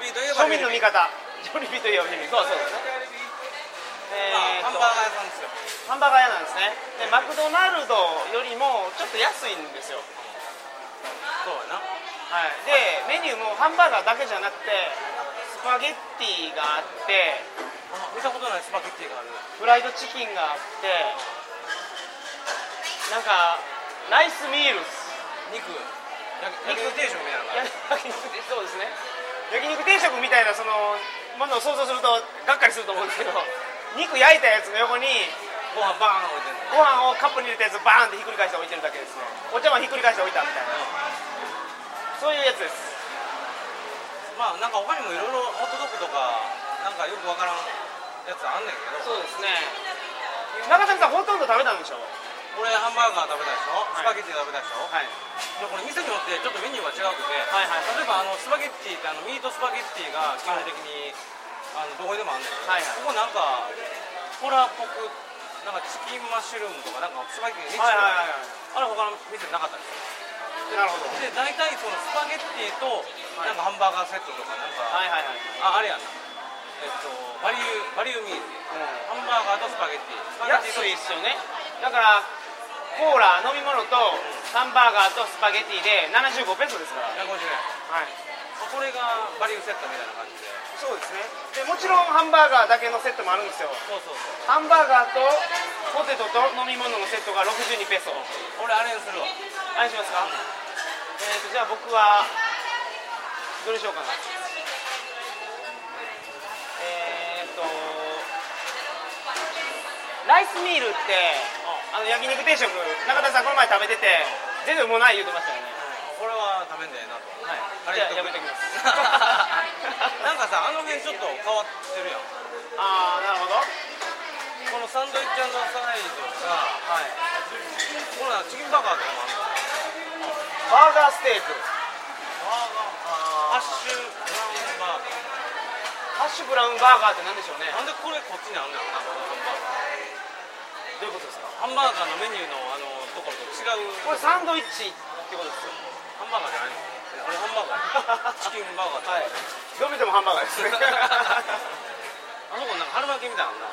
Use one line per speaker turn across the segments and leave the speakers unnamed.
ビーといえば
庶民の味方ジョリビーといえばジョリビーそうそうですねえー
まあハン
っと
バーガー屋さんですよ
ハンバーガー屋なんですねでマクドナルドよりもちょっと安いんですよ
そうやな
はい、でメニューもハンバーガーだけじゃなくてスパゲッティがあって
あ見たことないスパゲッティがある
フライドチキンがあってなんかナイスミールス
肉焼き肉定食みたいなのがある
焼肉そうですね焼肉定食みたいなそのものを想像するとがっかりすると思うん ですけど肉焼いたやつの横に
ご飯バーン置いてんの
ご飯をカップに入れたやつバーンってひっくり返して置いてるだけですねお茶碗ひっくり返して置いたみたいなそういうやつです
まあなんか他にもいろいろホットドッグとかなんかよくわからんやつあんねんけど
そうですね中谷さんほとんど食べたんでしょ
俺ハンバーガー食べたでしょ、ス
はい
パゲッティ食べたでしょ、
はい
でもこれ店によってちょっとメニューが違うくて、
はいはい
例えばあのスパゲッティってあのミートスパゲッティが基本的に、あのどこにでもあんねんけど、
はいはい
ここなんかホラーっぽくなんかチキンマッシュルームとかなんかスパゲッティ
はいはいはいはい
あれ他の店なかったんです
なるほど
よで大体そのスパゲッティとなんかハンバーガーセットとかなんか、
はいはいはい
ああれやんなえっとバリューバリューミールハンバーガーとスパゲッティスパゲッティ
安
と
いですよねだからコーラ飲み物とハンバーガーとスパゲティで75ペソですから
150円
はい
これがバリューセットみたいな感じで
そうですねでもちろんハンバーガーだけのセットもあるんですよ
そうそうそう
ハンバーガーとポテトと飲み物のセットが62ペソ
俺あれにするわ
あれしますかえーとじゃあ僕はどれしようかなえーとライスミールってあの焼肉定食中田さんこの前食べてて全然うもない言うてましたよね
これは食べんだよなと
はい
あれ言
じゃあや
っ
め
と
て
く
きます
なんかさあの辺ちょっと変わってるやん
ああなるほど
このサンドイッチサイドさ
はい
このチキンバーガーとかもあるの
バーガーステーク
ハッシュブラウンバーガー
ハッシュブラウンバーガーって何でしょうね
なんでこれこっちにあんのやろな
どういうことですか
ハンバーガーのメニューのあのところと違う
これサンドイッチってことですよ
ハンバーガーじゃないの俺ハンバーガー チキンバーガー
はいどう見てもハンバーガーですね
あそこなんか春巻きみたいなのな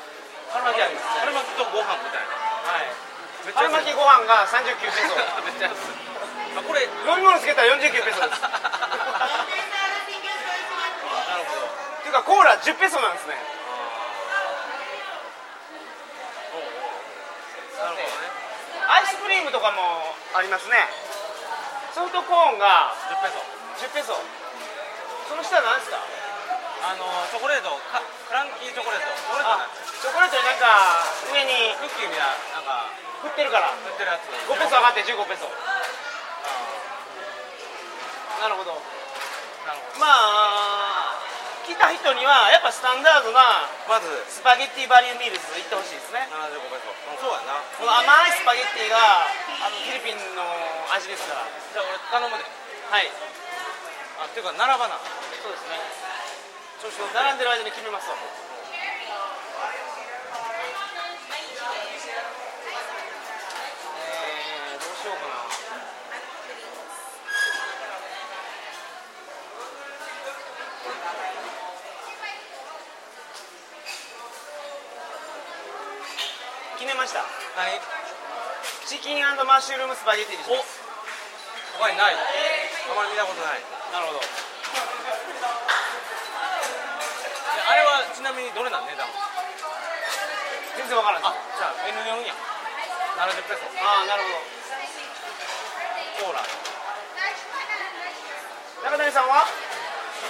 春巻きありますね
春巻きとご飯みたいな
はい
めっちゃ
春
安
巻
い
きご飯が39ペソ
めっちゃ安いあこれ
飲み物つけたら49ペソです
なるほど
っていうかコーラ10ペソなんですね
おうおうなるほどね
アイスクリームとかもありますねソフトコーンが
10ペソ
10ペソその下は何ですか
あのチョコレートかクランキーチョコレートこれじゃな
あ
い
チョコレートになんか上に
クッキーみたいななんか
振ってるから
売ってるやつ
5ペソ上がって15ペソなるほど
なるほど
まあ来た人にはやっぱスタンダードな
まず
スパゲッティバリューミールズ行ってほしいですね
75ペソうんそうやな
この甘いスパゲッティがあのフィリピンの味ですからは
じゃあ俺頼むで
い
あっていうか並ばな
そうですねちょっと並んでる間に決めますわえーどうしようかな決めました
はい
チキンマッシュルームスパゲッティにし
お
ます
他にないあまり見たことないで
なるほど
あれはちなみにどれなん値段
全然わからな
あ
い
じゃあ N4 やん70ペソ
ああなるほど
コーラ
中谷さんは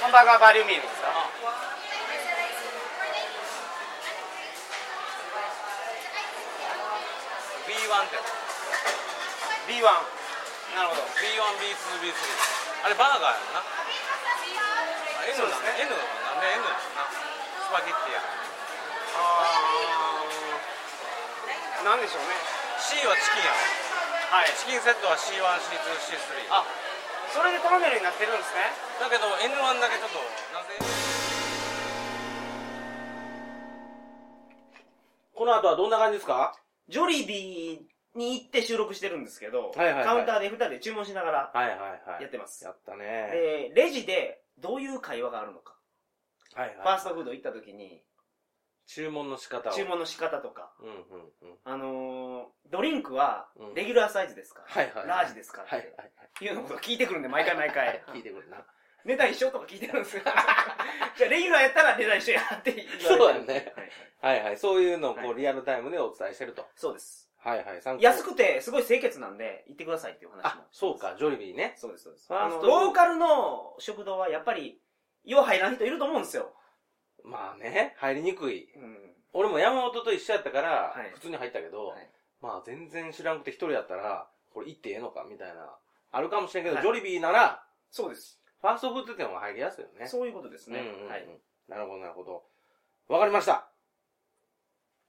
ハンバーガーバリューミールですか
あー B1 ってやつ
B1 なるほど
B1B2B3 あれバーガーやろなあ N
そうで
な
す
ん
ね
N なんで N やろなスパゲッティや
ああなんでしょうね
C はチキンやろチキン
はい
セットは C1C2C3
あそれで頼めるようになってるんですね
だけど N1 だけちょっとなぜこの後はどんな感じですか
ジョリビーに行って収録してるんですけど、
はいはいはい
カウンターで2人で注文しながら
はいはいはい
やってます、
やったね
でレジでどういう会話があるのか
はい
ファ
は
ーストフード行った時に、
い。注文の仕方を。
注。文の仕方とか、
うんうんうん。
あのードリンクは
うん、
レギュラーサイズですか、
はいはいはい
ラージですか、
はいはい
い、っていうのこと聞いてくるんで、毎回毎回。
はい。聞いてくるな。
値段一緒とか聞いてるんですよ。 じゃあ、レギュラーやったら値段一緒やって言われてる
そうやね
は
は
い
いはい。そういうのをこ
は
う、リアルタイムでお伝えしてると。
そうです。
はいはい。参考
安くて、すごい清潔なんで、行ってくださいっていう話も
あ、。そうか、ジョリビーね。
そうです、そうです。
ファ
あ
ース
の、
ト
ローカルの食堂はやっぱり、よう入らん人いると思うんですよ。
まあね、入りにくい。
うん。
俺も山本と一緒やったから
はい、
普通に入ったけど、
はい
まあ全然知らんくて一人やったら、これ行ってええのかみたいな。あるかもしれんけど、
はい
ジョリビーなら、
そうです。
ファーストフード店は入りやすいよね。
そういうことですね。
うんうんうん
はい。
なるほど、なるほど。わかりました。